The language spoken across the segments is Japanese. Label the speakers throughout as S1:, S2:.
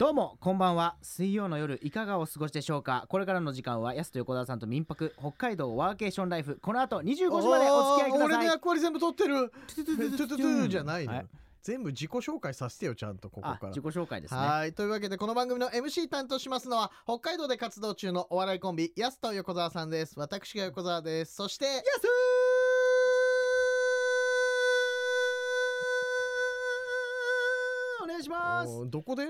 S1: どうもこんばんは水曜の夜いかがお過ごしでしょうかこれからの時間はやすと横澤さんと民泊北海道ワーケーションライフこの後25時までお付き合いくだ
S2: 俺
S1: さ
S2: の
S1: い
S2: 役割全部取ってるトゥトゥトゥトゥトゥじゃないの、
S1: はい
S2: 全部自己紹介させてよちゃんとここ
S1: あ
S2: から
S1: 自己紹介ですね
S2: はいというわけでこの番組の MC 担当しますのは北海道で活動中のお笑いコンビやすと横澤さんです私が横澤ですそしてやす
S1: お願いします
S2: どこで、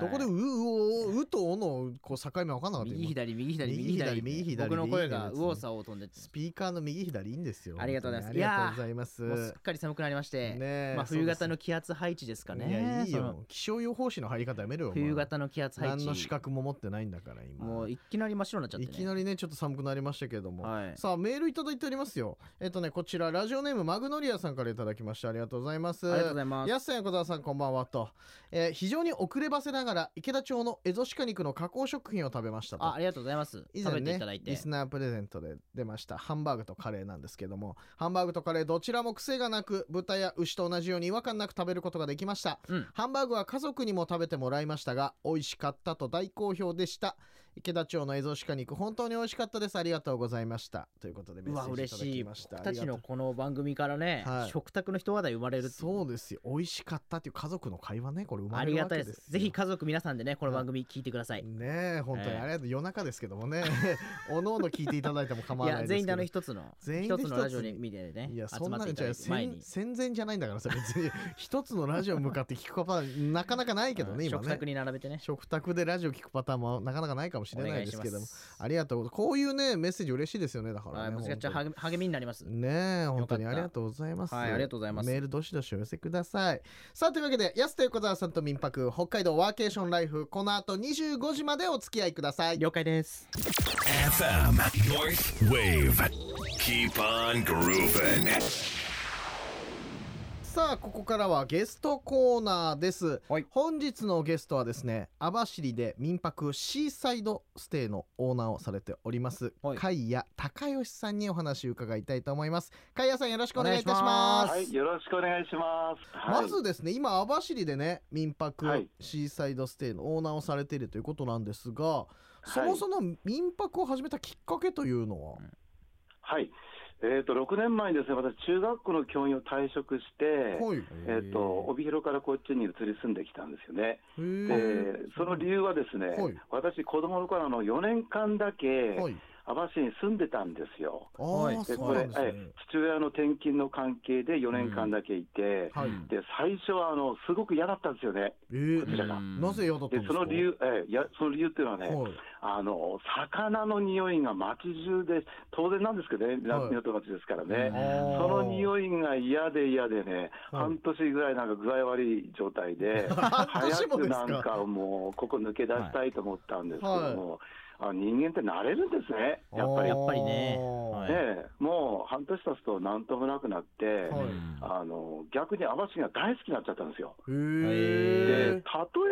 S2: どこで
S1: は
S2: う
S1: いう
S2: ううとおのこう境目わかんなかった
S1: 右
S2: 今
S1: 左右左
S2: 右
S1: 右
S2: 左
S1: 左
S2: 右左
S1: 僕の声が
S2: 右左です
S1: 右
S2: ね
S1: 往左往飛んでって
S2: スピーカーの右左いいんですよ
S1: ありがとうございます
S2: 本当にありがとうございます
S1: もうすっかり寒くなりまして、
S2: ねえ
S1: まあ、冬型の気圧配置ですかね
S2: いやいい
S1: その
S2: よ気象予報士の入り方やめろよお前
S1: 冬型の気圧配置
S2: 何の資格も持ってないんだから今
S1: もういきなり真っ白になっちゃって、
S2: い
S1: ね、
S2: きなりねちょっと寒くなりましたけれども、
S1: はい
S2: さあメールいただいておりますよえっとねこちらラジオネームマグノリアさんからいただきましたありがとうございます
S1: ありがとうございます
S2: やすさん横澤さんこんばんはと、えー非常に遅ればせながら池田町のエゾシカ肉の加工食品を食べましたと
S1: あありがとうございます、
S2: 以
S1: 食べ
S2: 前
S1: て
S2: ね
S1: いただい、て
S2: リスナープレゼントで出ましたハンバーグとカレーなんですけどもハンバーグとカレーどちらも癖がなく豚や牛と同じように違和感なく食べることができました、
S1: うん
S2: ハンバーグは家族にも食べてもらいましたが美味しかったと大好評でした池田町のエゾシカ肉本当に美味しかったですありがとうございましたということでメ
S1: う
S2: ッ
S1: わ
S2: セージい
S1: 嬉
S2: ただ
S1: し
S2: き
S1: い
S2: ました
S1: 僕たちの
S2: ありがと
S1: この番組からね、
S2: はい
S1: 食卓の一話題生まれ
S2: う
S1: るっていう
S2: そうですよ美味しかったっていう家族の会話ねこれ生ま
S1: あ
S2: れ
S1: り
S2: る
S1: が
S2: わ
S1: た
S2: け
S1: い
S2: で
S1: ですす
S2: よ
S1: ぜひ家族皆さんでねこの番組聞いてください、
S2: ねえ本当に
S1: ええ
S2: あれ夜中ですけどもね おのおの聞いていただいても構
S1: い
S2: わない
S1: や
S2: です
S1: 全
S2: け
S1: 員
S2: ど
S1: であの一つの
S2: 全員で
S1: 一
S2: 一
S1: つ
S2: つ
S1: のラジオに見てね
S2: いや
S1: 集
S2: そん
S1: まっ
S2: な
S1: てい
S2: の
S1: た
S2: じゃ
S1: だ
S2: あ
S1: いて前に
S2: 戦、戦前じゃないんだからさ別に 一つのラジオ向かって聞くパターンなかなかないけど
S1: うん
S2: ね今
S1: 食卓
S2: ね
S1: に並べてね
S2: 食卓でラジオ聞くパターンもなかなかないかもし
S1: お
S2: れな
S1: 願
S2: い
S1: い
S2: で
S1: し
S2: す
S1: ま
S2: けども
S1: す
S2: ありがとうこういうねメッセージ嬉しいですよねだから
S1: はい
S2: ね
S1: もしかしたら
S2: 本
S1: 励励みになります
S2: 当にねえ本当に
S1: よ
S2: あ
S1: かった
S2: りがとうございます
S1: はいありがとうございます
S2: メールどしどしお寄せくださいさあというわけで安田横澤さんと民泊北海道ワーケーションライフこの後25時までお付き合いください
S1: 了解です
S3: FM North Wave. Keep on grooving.
S2: さあここからはゲストコーナーです、
S1: はい
S2: 本日のゲストはですね網走で民泊シーサイドステイのオーナーをされております
S1: はい
S2: 海谷隆義さんにお話を伺いたいと思います海谷さんよろしくお願いいたし
S1: お
S2: ま
S1: 願
S2: すま
S1: い
S4: はい、よろしくお願いします。はい、
S2: ずですね今網走でね民泊
S4: はい
S2: シーサイドステイのオーナーをされているということなんですが、
S4: い
S2: そもそも民泊を始めたきっかけというのは、
S4: はい、えっ、と、6年前にですね、私、中学校の教員を退職して、
S2: はいへ
S4: えっ、と、帯広からこっちに移り住んできたんですよね。で
S2: ー、
S4: その理由はですね、
S2: はい
S4: 私、子供の頃あの4年間だけ、
S2: はい
S4: 網走に住んでたんですよ。
S2: あー、
S1: はい
S4: で、
S2: そうなんです
S4: え
S2: ね
S4: え父親の転勤の関係で4年間だけいて、
S2: はい
S1: うん
S4: で、最初は、あの、すごく嫌だったんですよね。
S2: えー
S4: こちらが
S1: うん
S2: なぜ嫌だった
S4: で
S2: んで、す
S4: そ
S2: か
S4: の理由、ええいや、その理由っていうのはね、
S2: はい
S4: あの魚の匂いが街中で、当然なんですけどね、
S2: はい
S4: 港町ですから
S1: うん
S4: ね、
S2: あー
S4: その匂いが嫌で嫌でね、
S2: はい
S4: 半年ぐらいなんか具合悪い状態 で、
S2: 半
S4: 早
S2: 年もです
S4: く
S2: か
S4: なんかもう、ここ抜け出したいと思ったんですけども、あ人間って慣れるんですね、やっぱり。
S2: あ
S4: ね
S2: ー
S1: やっぱりねはい
S4: えもう半年経つとなんともなくなって、
S2: はい
S4: あの逆に網走が大好きになっちゃったんですよ。
S2: へ
S4: で例え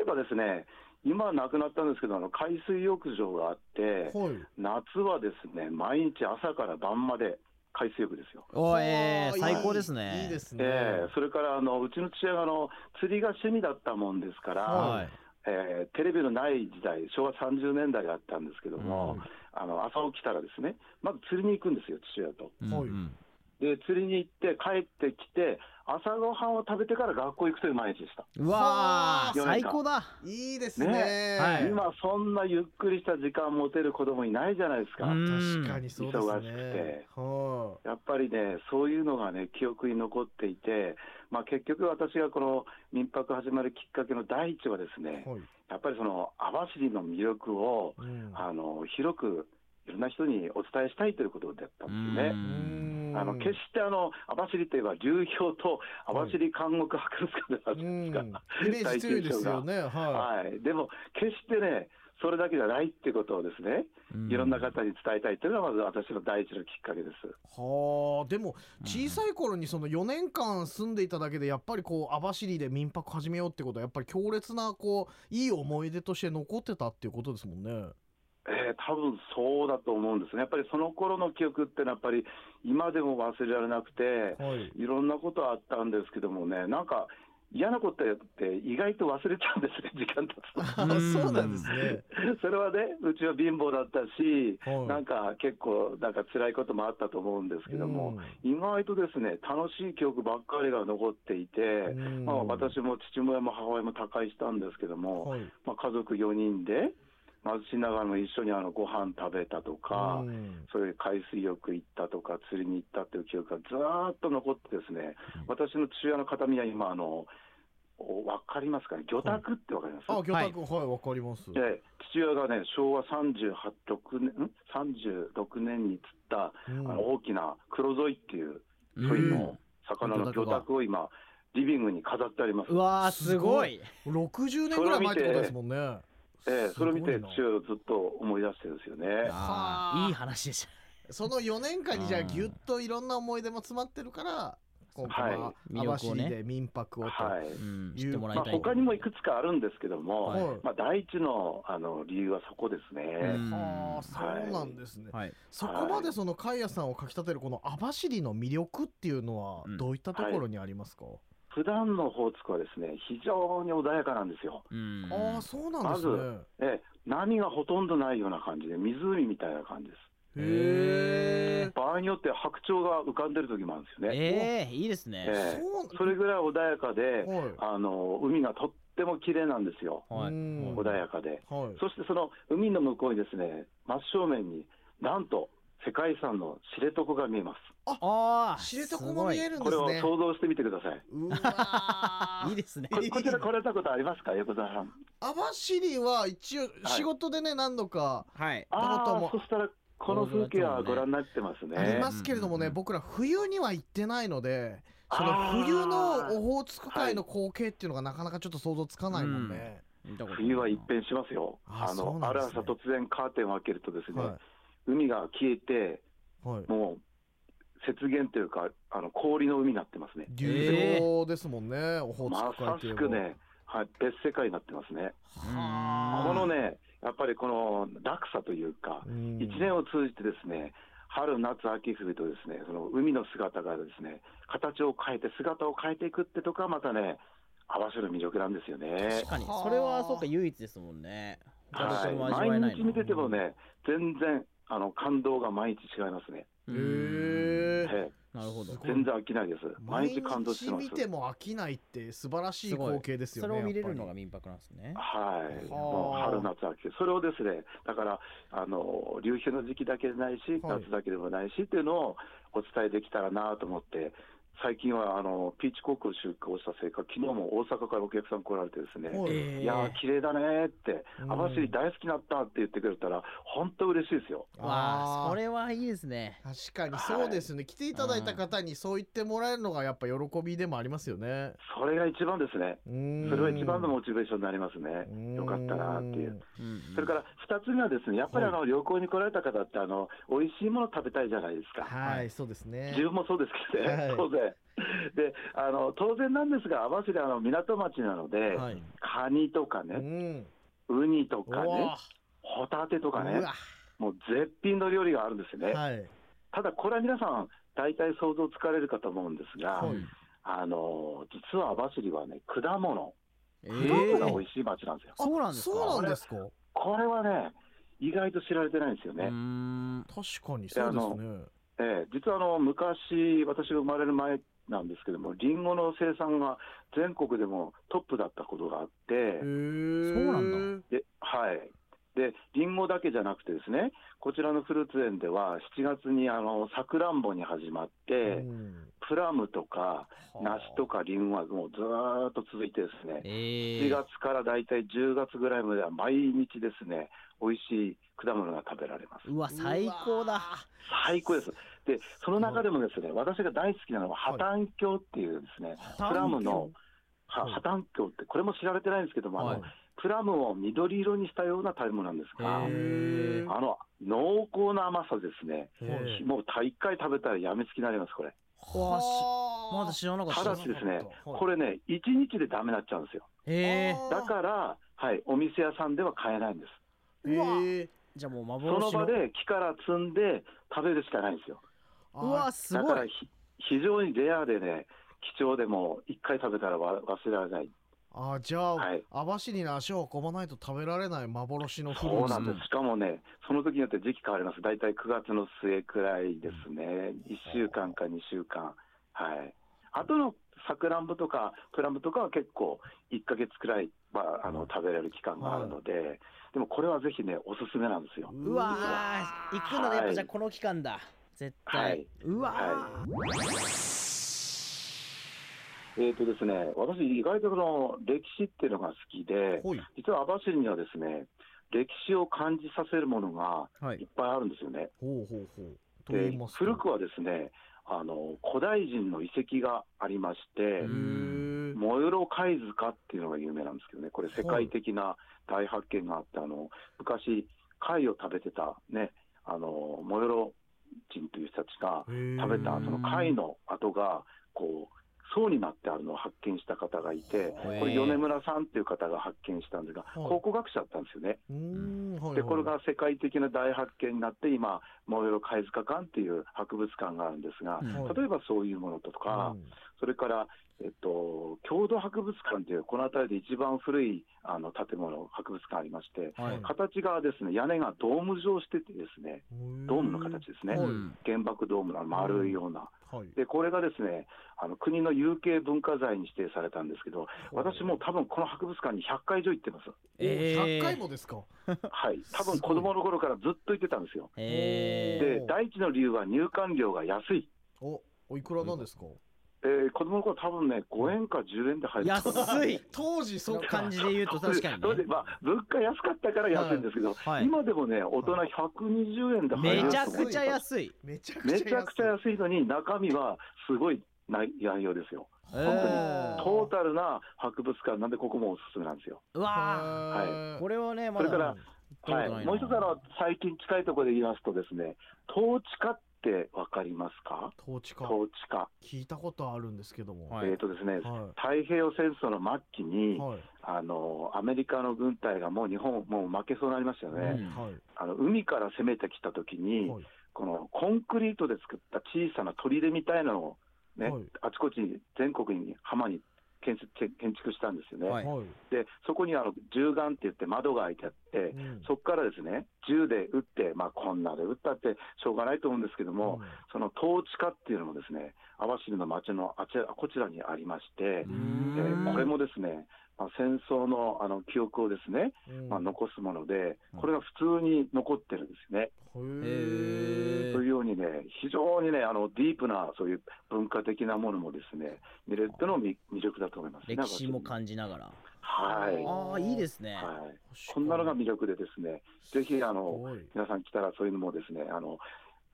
S4: ばですね、今は亡くなったんですけど、あの海水浴場があって
S2: え。、はい。
S4: 夏はですね、毎日朝から晩まで海水浴ですよ。
S1: おーえー
S2: はあ
S1: 最高ですね
S2: いいいいですね。
S4: ええそれからあのうちの父親があの釣りが趣味だったもんですから、
S2: は
S4: ええテレビのない時代、昭和30年代だったんですけども、
S2: うん
S4: あの朝起きたらですね、まず釣りに行くんですよ、父親と。
S1: うん
S2: はい
S1: うん
S4: で、釣りに行って、帰ってきて、朝ごはんを食べてから学校行くという毎日でした。
S1: うわー
S4: はあ
S1: 最高だ
S2: いいですね。
S4: ね
S1: はい
S4: 今、そんなゆっくりした時間持てる子供いないじゃないですか。
S1: うん
S2: 確かにそうですね。
S4: 忙しくて
S2: は
S4: やっぱりね、そういうのがね、記憶に残っていて、まあ、結局、私がこの民泊始まるきっかけの第一はですね
S2: い。、はい。
S4: やっぱりその網走の魅力を
S2: うん
S4: あの広くいろんな人にお伝えしたいということだったんですよね。
S2: うん
S4: あの決してあの網走といえば流氷と網走監獄博物館
S2: う
S4: じゃない
S2: ん
S4: ですか。
S2: イメージ強いですよね。は
S4: はい、でも決してね、それだけじゃないってことをですね、いろんな方に伝えたいというのがまず私の第一のきっかけです。
S2: い。はあ。でも小さい頃にその4年間住んでいただけでやっぱりこう網走で民泊始めようってことはやっぱり強烈なこういい思い出として残ってたっていうことですもんね。
S4: えー、多分そうだと思うんですね。やっぱりその頃の記憶ってのはやっぱり今でも忘れられなくて、
S2: はい。
S4: いろんなことあったんですけどもね、なんか嫌なことやって意外と忘れちゃうんですね、 時間経つ
S2: あ
S1: うん
S2: そうなんですね。
S4: と。それはね、うちは貧乏だったし、
S2: はい
S4: なんか結構、なんか辛いこともあったと思うんですけども、意外とですね、楽しい記憶ばっかりが残っていて、
S2: うん
S4: まあ、私も父親も母親も他界したんですけども、
S2: はい
S4: まあ、家族4人で貧しながらも一緒にあのご飯食べたとか、
S2: うん
S4: そういう海水浴行ったとか、釣りに行ったっていう記憶がずーっと残ってですね、私の父親の形見は今あの、おわかりますかね、魚拓ってわかります、
S2: あ、魚拓、はい、わかります。
S4: で父親がね、昭和38 6年ん36年に釣った、
S2: うん
S4: あの大きな黒ゾイっていう、そういうのを魚の魚拓を今、リビングに飾ってあります
S1: う。わーすごい
S2: 60年ぐらい前ってことですもんね。
S4: ええ、それを見て
S2: すごいな
S4: 父親をずっと思い出してるんですよね。
S1: あーいい話でした
S2: その4年間にじゃあぎゅっといろんな思い出も詰まってるから、今回は
S1: はい
S2: 網走で民泊をと。
S4: はい。
S1: うん知ってもらい
S4: まあ、
S1: たい
S4: 他にもいくつかあるんですけども、
S2: はい
S4: まあ、第一のあの理由はそこですね。
S1: うん
S2: はあ、そうなんですね。
S1: はい
S2: そこまでそのカイさんをかきたてるこの網走の魅力っていうのは
S1: うん
S2: どういったところにありますか、
S4: 普段のホーツクはですね、非常に穏やかなんですよ。
S1: うん
S2: ああ、そうなんですね。
S4: ええ、波がほとんどないような感じで、湖みたいな感じです。
S1: ず
S2: へえ。
S4: 場合によって白鳥が浮かんでる時もあるんですよね。
S1: ええいいですね
S4: え
S2: そう
S4: それぐらい穏やかで、
S2: はい
S4: あの海がとっても綺麗なんですよ。
S1: はい
S2: うん
S4: 穏やかで。
S2: はい。
S4: そしてその海の向こうにですね、真正面になんと世界遺産の知床が見えます。
S1: ああ
S2: 知床も見えるんで
S4: こ
S2: す
S4: れを
S2: ね。
S4: 想像してみてください。
S2: うわ ー
S1: いいですね
S4: ここちら来られたことありますか、横澤さん。
S2: 網走は一応仕事でね、何度か
S1: はい
S2: だと
S4: あ
S2: 思う
S4: あ、そしたら、この風景はご覧になってますね。
S2: ありますけれどもね、
S1: ええ
S2: 僕ら冬には行ってないのでそ
S4: あ
S2: の
S4: ー
S2: 冬のオホーツク海の光景っていうのがなかなかちょっと想像つかないもんね、
S1: 見たことない
S4: 冬は一変しますよ。
S2: あ
S4: あ
S2: そう
S4: の、
S2: なん
S4: あ
S2: で
S4: る
S2: すね
S4: 朝突然カーテンを開けるとですね、
S2: は
S4: 海が消えて、
S2: い、はい、
S4: もう、雪原というか、あの氷の海になってますね。
S2: 流氷ですもんね、オホー
S4: ま
S2: ツク海
S4: さ
S2: ってい
S4: し
S2: う
S4: く
S2: のは
S4: ね、はい、別世界になってますね。
S1: うん
S4: このね、やっぱりこの落差というか、
S2: うん
S4: 一年を通じてですね、春、夏、秋、冬とですね、その海の姿がですね、形を変えて、姿を変えていくってとこがまたね、合わせる魅力なんですよね
S1: 確。かに
S2: はあ
S1: それはそうか唯一ですもんね他の人も味
S4: は
S1: わえ
S4: い、
S1: な
S4: 毎
S1: い
S4: 日
S1: の
S4: 見ててもね、全然あの感動が毎日違いますね。
S1: う
S2: へ
S1: ん
S2: え
S4: ええ
S1: なるほど
S2: すごい
S4: 全然飽きないです。毎
S2: 毎
S4: 日感動し
S2: 日
S4: てます
S2: 見。ても飽きないって素晴らしい
S1: すごい
S2: 光景ですよ
S1: そ
S2: ね
S1: れを見れるのが
S2: やっ
S1: 民泊なんですね
S4: は
S2: はあ
S4: い、もう春、夏、秋、それをですね、だから、あの流氷の時期だけでないし、
S2: はい
S4: 夏だけでもないしっていうのをお伝えできたらなと思って、最近はあのピーチコックを出荷したせいか、昨日も大阪からお客さん来られてですね、
S2: ぱりはい
S1: えー
S4: いやー、綺麗だねーって、
S2: うん
S4: 網走大好きになったって言ってくれたら、本当嬉しいですよ。
S1: わあ
S2: あ
S1: そ
S2: ー
S1: れはいいですね
S2: 確かにそうですよね、来ていただいた方にそう言ってもらえるのがやっぱ喜びでもありますよね
S4: それが一番ですね。
S2: うーん
S4: それは一番のモチベーションになりますね。よかったなっていう。それから2つ目はですね、やっぱりあの旅行に来られた方ってあの、美味しいもの食べたいじゃないですか。
S2: はい、そうですね
S4: 自分もそうですけど
S2: は
S4: ね
S2: い、
S4: 当然。で、あの、当然なんですが、網走あの港町なので、
S2: はい
S4: カニとか
S2: う
S4: ね、
S2: ん
S4: ウニと
S2: お
S4: かね、ホタテとかね、もう絶品の料理があるんです
S2: ー
S4: ね。
S2: はい
S4: ただこれは皆さん、大体想像つかれるかと思うんですが、
S2: はい
S4: あの、実は網走はね、果物、
S1: え
S4: 果物が
S1: ー
S4: 美味しい町なんですよ。
S1: そうなんですか
S2: そうなんですか
S4: これはね、意外と知られてないんですよね。
S1: うーん
S2: 確かにそうですね
S4: ええ実はあの昔、私が生まれる前なんですけども、リンゴの生産が全国でもトップだったことがあって、
S2: へー
S1: そうなん
S4: ではい、でリンゴだけじゃなくて、ですねこちらのフルーツ園では、7月にあのさくらんぼに始まって、
S2: うん
S4: プラムとか、
S1: はあ
S4: 梨とかリンゴはもうずーっと続いてですね、
S1: え
S4: 7
S1: ー
S4: 月から大体10月ぐらいまでは、毎日ですね、美味しい果物が食べられます。
S1: うわ最高
S2: うわ
S1: だ
S4: 最高です。で、その中でもですね、私が大好きなのは、
S2: はい
S4: 破綻鏡っていうですね、
S1: 破綻
S4: プラムの、は
S2: はい
S4: 破綻鏡って、これも知られてないんですけども、あの
S1: は
S4: プラムを緑色にしたような食べ物なんですが、
S1: へー
S4: あの、濃厚な甘さですね、
S2: へー
S4: もう大回食べたらやみつきになります、これ。
S1: はあしまだ
S2: し
S1: 知らなかったた
S4: だ
S1: で
S4: し
S1: す
S4: ですね、
S2: はい
S4: これね、1日でダメになっちゃうんですよ。
S1: えー
S4: だから、はい、お店屋さんでは買えないんです。
S2: らへー
S1: じゃあもう
S4: その
S1: 幻
S4: 場
S1: の
S4: で木から摘んで食べるしかないんですよ。
S2: あー
S1: うわす
S4: だ
S1: ご
S4: から
S1: い
S4: ひ非常にレアでね、貴重でも一回食べたらわ忘れられない。
S2: あーじゃあ、
S4: はい
S2: 網走に足を運ばないと食べられない幻のフル
S4: そう
S2: ー
S4: な
S2: ツ
S4: んです
S1: うん。
S4: しかもね、その時によって時期変わります。大体9月の末くらいですね。1週間か2週間。はい。あとのさくらんぼとかプラムとかは結構1ヶ月くらい、まあ、あの食べられる期間があるので、でもこれはぜひね、おすすめなんですよ。
S1: うわー行くのねやっぱじゃあこの期間だ絶対、
S4: はい、
S1: うわー、
S4: はえっ、とですね、私意外とこの歴史っていうのが好きで、
S2: ほい
S4: 実は網走にはですね、歴史を感じさせるものが
S1: はい
S4: いっぱいあるんですよね。
S2: ほうほうほう。と言
S4: で
S2: いますと
S4: 古くはですねあの古代人の遺跡がありまして
S1: う
S2: へ、ー
S4: モヨロ貝塚っていうのが有名なんですけどねこれ世界的な大発見があってあの昔貝を食べてたねあのモヨロ人という人たちが
S2: へー
S4: 食べたその貝の跡がこう層になってあるのを発見した方がいてこれ米村さんっていう方が発見したんですが
S2: はい
S4: 考古学者だったんですよね。
S2: うーん、はいはい
S4: でこれが世界的な大発見になって今モヨロ貝塚館っていう博物館があるんですが
S1: う、ん
S2: はい
S4: 例えばそういうものとか、
S2: うん
S4: それから、えっと、郷土博物館という、この辺りで一番古いあの建物、博物館ありまして、
S1: はい
S4: 形がですね、屋根がドーム状しててですね、ドームの形ですね
S2: はいうはい
S1: ん
S4: 原爆ドームの丸いような。
S2: はい。
S4: で、これがですね、あの国の有形文化財に指定されたんですけど、私も多分この博物館に100回以上行ってます。
S2: え
S1: ー
S2: 100回もですか。
S4: はい。多分子供の頃からずっと行ってたんですよ。
S1: え
S2: ー
S4: で、第一の理由は入館料が安い。
S2: お、おいくらなんですか。
S4: えー子供の頃多分ね、5円か10円で入
S1: ー、
S4: ってたと思う
S1: 安い
S2: 当時そ
S1: の
S2: うか
S1: 感。じで言うと確かにね
S4: それで、まあ、物価安かったから安いんですけど、
S1: はい
S4: 今でもね、大人120円で入れる
S1: め
S4: と
S1: ち
S4: 思
S1: ゃ
S4: う
S1: くちゃ安い
S2: めちゃくちゃ安
S4: め
S2: い。
S4: ちゃくちゃ安いのに、中身はすごい内内容ですよ。
S1: え
S2: 本当に
S4: トータルな博物館なんで、ここもおすすめなんですよ。
S1: うわ
S2: は
S1: ーこれをねま
S4: そ
S1: だ
S4: れから
S1: 行った
S4: は
S1: こと
S4: い
S1: な、いな
S4: もう一つあの、最近近いところで言いますとですね、統治下ってわかりますか
S2: 統治か
S4: 統治下。
S2: 聞いたことあるんですけども。
S1: はい
S4: えっ、とですね、
S2: は
S4: 太平洋戦争の末期
S2: い。
S4: に、
S2: はい。
S4: あの、アメリカの軍隊がもう日本、もう負けそうになりましたよね。
S1: うん
S2: はい。
S4: あの海から攻めてきたときに、
S2: はい。
S4: このコンクリートで作った小さな砦みたいなのを、ね
S2: はい
S4: あちこちに全国に浜に建設建築したんですよね、
S1: はい
S2: はい。
S4: でそこにあの銃眼って言って窓が開いてあって、
S2: うん
S4: そこからですね銃で撃って、まあ、こんなで撃ったってしょうがないと思うんですけども、
S2: うん
S4: その統治下っていうのもですね網走の町のあちらこちらにありまして、
S1: うん
S4: えーこれもですね、まあ、戦争のあの記憶をですね、
S2: うん
S4: まあ、残すもので、
S1: うん
S4: これが普通に残ってるんですね。
S2: へえ。
S1: へ
S4: というようにね、非常にね、あのディープなそういう文化的なものもですね、見れるっていうのも魅魅力だと思います、ね。
S1: 歴史も
S4: じ
S1: 感じながら
S4: はい。
S2: あ
S4: は
S1: ああいいですね、
S4: い。こんなのが魅力でですね、ぜひあの
S2: すごい
S4: 皆さん来たらそういうのもですね、あの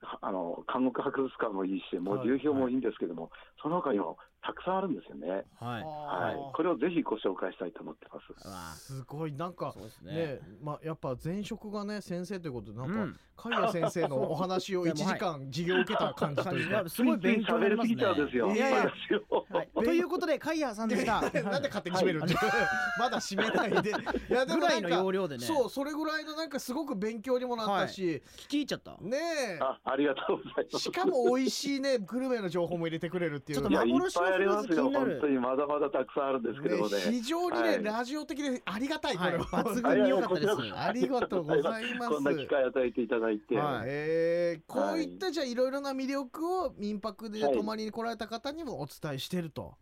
S4: はあの監獄博物館もいいし、も
S2: は
S4: う
S2: い
S4: 流氷もいいんですけども、その他にもたくさんあるんですよね。
S1: はい
S4: は
S2: あ
S4: い
S2: ー。
S4: これをぜひご紹介したいと思ってます。
S1: うわ
S2: すごいなんか
S1: そうですね
S2: ねまあやっぱ前職がね先生ということでな
S1: うんん
S2: か海谷先生のお話を
S1: で
S2: 1
S1: も
S2: 時間授業を受けた感じというか
S1: 感じすごい勉強になりますね
S4: ついつい喋りすぎちゃうんですよ。
S1: いやいや
S4: 私を
S1: はい、ということで、カイヤーさんでした。
S2: なんで勝手に締めるんで まだ締めないでい や
S1: ぐらいの容
S2: 量
S1: 量でね、
S2: そうそれぐらいのなんかすごく勉強にもなったし
S1: 聞き入っちゃった。
S2: ね
S4: あ、ありがとうございま
S2: え
S4: す。
S2: しかも美味しいねグルメの情報も入れてくれるっていう
S1: ちょっ
S4: い
S1: と
S4: や、いっ
S1: 幻の
S4: ぱいありま
S1: フルーツ
S4: す
S1: 気
S4: よ。
S1: になる
S4: 本当にまだまだたくさんあるんですけどもね。
S2: ね非常にね、
S4: はい
S2: ラジオ的でありがたいこ
S1: はい、
S2: れは、
S1: 抜群に良かったです。
S4: いやいや
S2: ありがとうございます
S4: こんな機会与えていただいて。
S1: はい
S2: えーこういったじゃあいろいろな魅力を民泊で泊まりに来られた方にもお伝えしてると。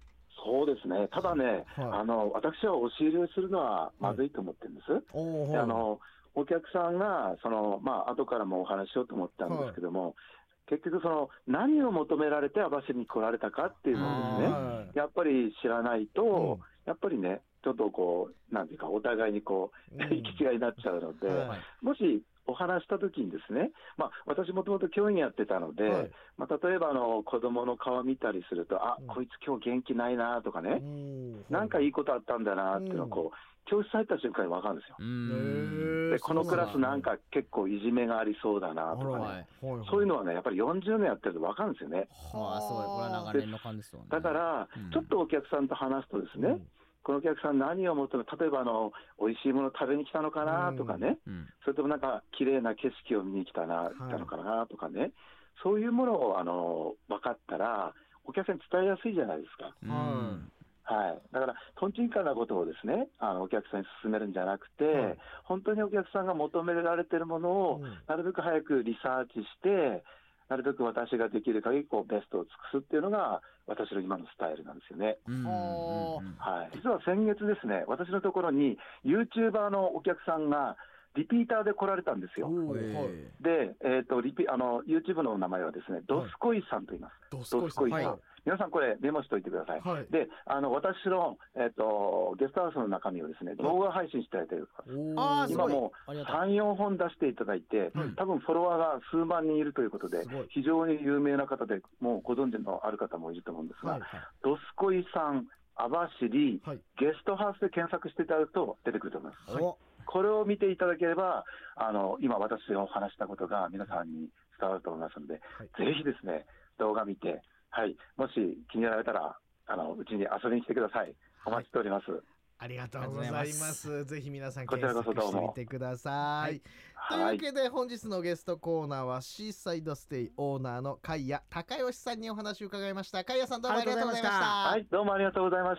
S4: そうですね。ただね、
S2: はい
S4: あの、私は押し入れをするのはまずいと思ってるんです。
S2: おー
S4: であの、お客さんが、その、まあ、後からもお話ししようと思ったんですけども、結局その、何を求められて網走に来られたかっていうのをですね、
S2: は
S4: やっぱり知らないと、
S2: うん
S4: やっぱりね、ちょっとこう、なんていうか、お互いにこう、
S2: うん
S4: 行き違いになっちゃうので、
S2: はい
S4: もしお話したときにですね、まあ、私もともと教員やってたので、
S2: はい
S4: まあ、例えばあの子供の顔見たりすると、あ、
S2: うん
S4: こいつ今日元気ないなとかね、
S2: うん
S4: なんかいいことあったんだなっていうのをこう、教室入った瞬間に分かるんですよ。
S1: う
S2: へ
S1: ん。
S2: ー
S4: で、このクラスなん
S2: あ
S4: か結構いじめがありそうだ
S2: ら
S4: なとかね、
S2: はいはい
S4: そういうのはね、やっぱり40年やってると分かるんですよね。
S1: はあ、すごい。これは長年の感ですよね。
S4: だか、ら
S1: うん、
S4: ちょっとお客さんと話すとですね、このお客さん何を求め、例えばあの、美味しいもの食べに来たのかなとかね、
S1: うん。
S4: それともなんか綺麗な景色を見に来たな、
S2: い
S4: 来たのかなとかね、そういうものをあの分かったら、お客さんに伝えやすいじゃないですか。
S1: う
S2: は
S1: ん
S4: はい、だから、とんちんかんなことをですねあのお客さんに勧めるんじゃなくて、
S2: はい
S4: 本当にお客さんが求められてるものを、
S2: うん
S4: なるべく早くリサーチして、なるべく私ができる限りこうベストを尽くすっていうのが、私の今のスタイルなんですよね。
S1: うん
S2: は
S4: はい、実は先月ですね、私のところに、ユーチューバーのお客さんが、リピーターで来られたんですよ。
S1: うんうん
S2: えー
S1: はい
S4: で、えー、とリピあの YouTube のお名前はですね、ドスコイさんと言います。
S2: どす
S4: ドスコイさん。
S2: はい
S4: 皆さん、これ、メモしておいてください。
S2: はい
S4: で、あの私の、えっとゲストハウスの中身をですね動画配信していただいてるから、
S2: おー
S1: あーす
S4: 今
S1: ごい
S4: も
S2: あ
S4: う
S2: りがたい
S4: 3、4本出していただいて、
S2: はい
S4: 多分フォロワーが数万人いるということです
S2: ごい、
S4: 非常に有名な方で、もうご存知のある方もいると思うんですが、
S2: はい
S4: ドスコイさん、網走、
S2: はい
S4: ゲストハウスで検索していただくと出てくると思います。
S1: お
S4: これを見ていただければ、あの今、私がお話したことが皆さんに伝わると思いますので、
S2: はい
S4: ぜひですね、動画見て、はい、もし気になられたら、あのうちに遊びに来てください。お待ちしております。
S2: ありがとうございま
S1: ありがとうご
S2: す
S1: ざいます
S2: ぜひ皆さん
S4: こちら
S2: 検
S4: こそ
S2: 索
S4: どうも
S2: してみてくださいという
S4: は
S2: わ
S4: い。
S2: けで本日のゲストコーナーはシーサイドステイオーナーの海谷隆義さんにお話を伺いました海谷さんどうもありがとうございまし
S4: は
S2: た
S4: い、どうもありがとうございま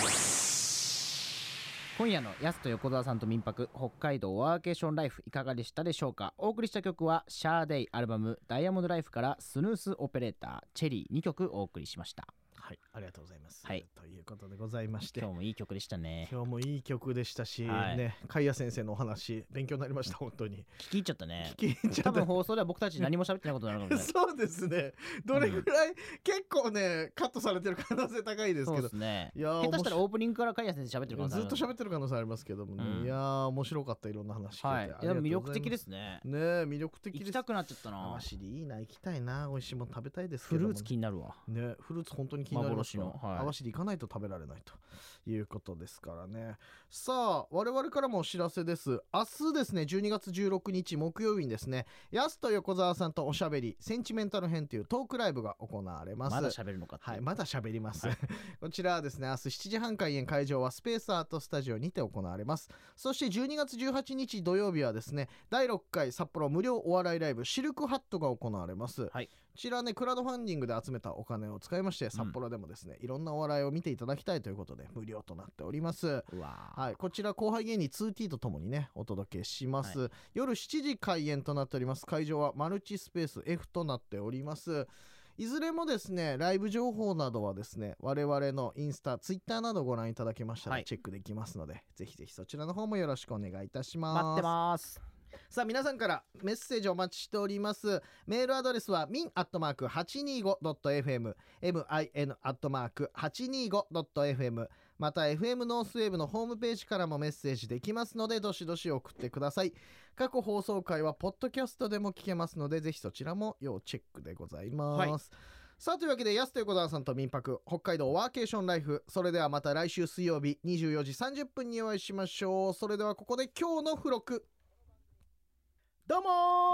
S4: した。
S1: 今夜のやすと横澤さんと民泊北海道ワーケーションライフいかがでしたでしょうかお送りした曲はシャーデイアルバムダイヤモンドライフからスヌースオペレーターチェリー2曲お送りしました
S2: はいありがとうございます
S1: はい
S2: ということでございまして
S1: 今日もいい曲でしたね
S2: 今日もいい曲でしたし、
S1: はい
S2: ね、海谷先生のお話、勉強になりました、本当に。
S1: 聞き入っちゃったね
S2: 聞いちゃ
S1: 多
S2: っ
S1: 分
S2: た。
S1: 放送では僕たち何も喋ってないことになるかもし
S2: そうですね。どれぐらい、結構ね、カットされてる可能性高いで
S1: れ
S2: す
S1: ないそ
S2: け
S1: う
S2: ど
S1: です。ね
S2: いやー
S1: 下手したらオープニングからカイヤ先生喋ってるかもし
S2: ず
S1: れ
S2: っ
S1: ない
S2: と喋ってる可能性ありますけどもね。
S1: うん
S2: いやー、面白かった、いろんな話
S1: は
S2: 聞
S1: い
S2: い
S1: い
S2: て。。
S1: やでも魅力的ですすね
S2: ねえ魅力的
S1: 行
S2: です
S1: き。たくなっちゃったな
S2: 網走いいな、行きたいな、美味しいもの食べたいですけ
S1: フ
S2: ども
S1: ル
S2: ね
S1: ーツ気になるわ
S2: ね、フルーツ本当に気になりますか
S1: 幻
S2: ら
S1: のはい
S2: 網走行かないと食べられないということですからねさあ我々からもお知らせです明日ですね12月16日木曜日にですねやすと横澤さんとおしゃべりセンチメンタル編というトークライブが行われます
S1: まだ喋るのかって
S2: はいい、
S1: う
S2: まだ喋ります。 こちらはですね、明日7時半開演会場はスペースアートスタジオにて行われます。そして12月18日土曜日はですね、第6回札幌無料お笑いライブシルクハットが行われます。
S1: はい
S2: こちらね、クラウドファンディングで集めたお金を使いまして、札幌でもですね、いろんなお笑いを見ていただきたいということで、無料となっております。
S1: うわー
S2: はい、こちら後輩芸人 2T とともにねお届けします、
S1: は
S2: 夜7時開演となっております会場はマルチスペース F となっておりますいずれもですねライブ情報などはですね我々のインスタツイッターなどご覧いただけましたら
S1: はい
S2: チェックできますので、ぜひぜひそちらの方もよろしくお願いいたします
S1: 待ってます
S2: さあ皆さんからメッセージお待ちしておりますメールアドレスは min アットマーク 825.fm min アットマーク 825.fm また FM ノースウェーブのホームページからもメッセージできますのでどしどし送ってください過去放送回はポッドキャストでも聞けますのでぜひそちらも要チェックでございます、
S1: はい
S2: さあというわけで安と横澤さんと民泊北海道ワーケーションライフそれではまた来週水曜日24時30分にお会いしましょうそれではここで今日の付録
S1: どうも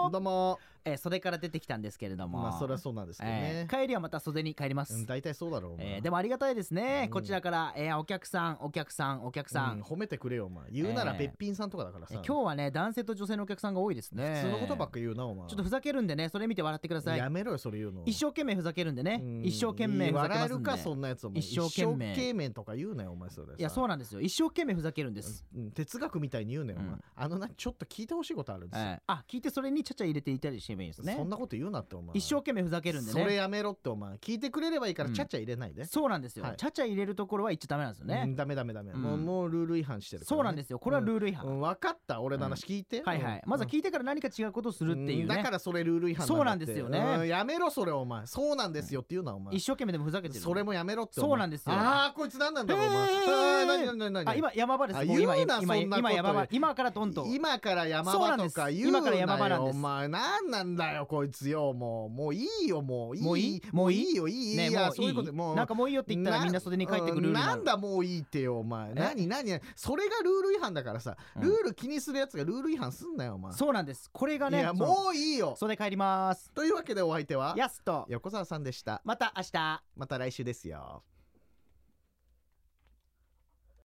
S1: ー
S2: どうも
S1: えー袖から出てきたんですけれども
S2: まあそりゃそうなんですけど
S1: え
S2: ね、
S1: ー帰りはまた袖に帰りま
S2: うん
S1: す
S2: 大体そうだろう、お前
S1: えーでもありがたいですね、
S2: うん
S1: こちらから、えーお客さんお客さんお客さ
S2: うん
S1: ん、
S2: 褒めてくれよお前言うなら
S1: ええ
S2: べっぴんさんとかだからさ、
S1: えー今日はね男性と女性のお客さんが多いですね
S2: 普通のことばっか言うなお前
S1: ちょっとふざけるんでねそれ見て笑ってください
S2: やめろよそれ言うの
S1: 一生懸命ふざけるんでね
S2: うん
S1: 一生懸命ふざけ
S2: 笑
S1: ま
S2: え
S1: す
S2: る
S1: ん
S2: かそ
S1: で
S2: んなやつお前
S1: 一生懸命
S2: 一生懸命とか言うなよお前それ
S1: いやそう
S2: う
S1: なんですよ一生懸命ふざけるんです、
S2: ん哲学みたいに言うなよお前、
S1: うん
S2: あのなちょっと聞いてほしいことあるんですよ、
S1: えーあ聞いてそれにちゃちゃ入れていたりしてもいいですね
S2: そんなこと言うなってお前
S1: 一生懸命ふざけるんで
S2: それ
S1: ね
S2: やめろってお前聞いてくれればいいから
S1: うん
S2: ちゃっちゃ入れないで、
S1: そうなんですよ、
S2: はい
S1: ちゃちゃ入れるところは言っちゃダメなんですよね、
S2: うんダメダメダメ、
S1: うん
S2: もうもうルール違反してるからね、
S1: そうなんですよこれはルール違
S2: ー
S1: 反、
S2: 分かった俺の話聞いて、
S1: はいはい、まずは
S2: うん
S1: 聞いてから何か違うことをするっていうね
S2: だからそれルール違反だって
S1: そうなんですよね
S2: うんやめろそれお前そうなんですよって言うなお前
S1: 一生懸命でもふざけてる
S2: それもやめろってお前
S1: そうなんですよ
S2: ああこいつ何なんだろうお前
S1: へー
S2: あー何何何何
S1: あ今山場です
S2: あ
S1: もう今
S2: 言うな
S1: 今
S2: そんなこと
S1: 今山場今からどんと
S2: 今から山
S1: そうな
S2: 場
S1: んで
S2: と
S1: す
S2: か言うなよ
S1: 今から山場なんです
S2: お前何なんだよこいつよもうもういいよもういい
S1: もういい
S2: もういいよいい
S1: ね
S2: いやそういうこともう
S1: なんかもういいよって言ったらみんな袖に帰ってくるルールに
S2: な
S1: なんる
S2: だもういいってよお前何何それがルール違反だからさ
S1: うん
S2: ルール気にするやつがルール違反すんなよお前
S1: そうなんですこれがね
S2: いやもういいよ
S1: それ帰ります
S2: というわけでお相手は
S1: やすと
S2: 横澤さんでした
S1: また明日
S2: また来週ですよ